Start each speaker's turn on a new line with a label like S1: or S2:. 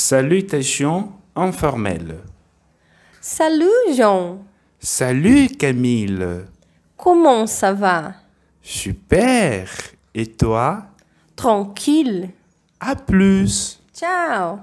S1: Salutations informelles.
S2: Salut Jean,
S1: Salut Camille.
S2: comment ça va
S1: Super. Et toi
S2: Tranquille.
S1: À plus.
S2: Ciao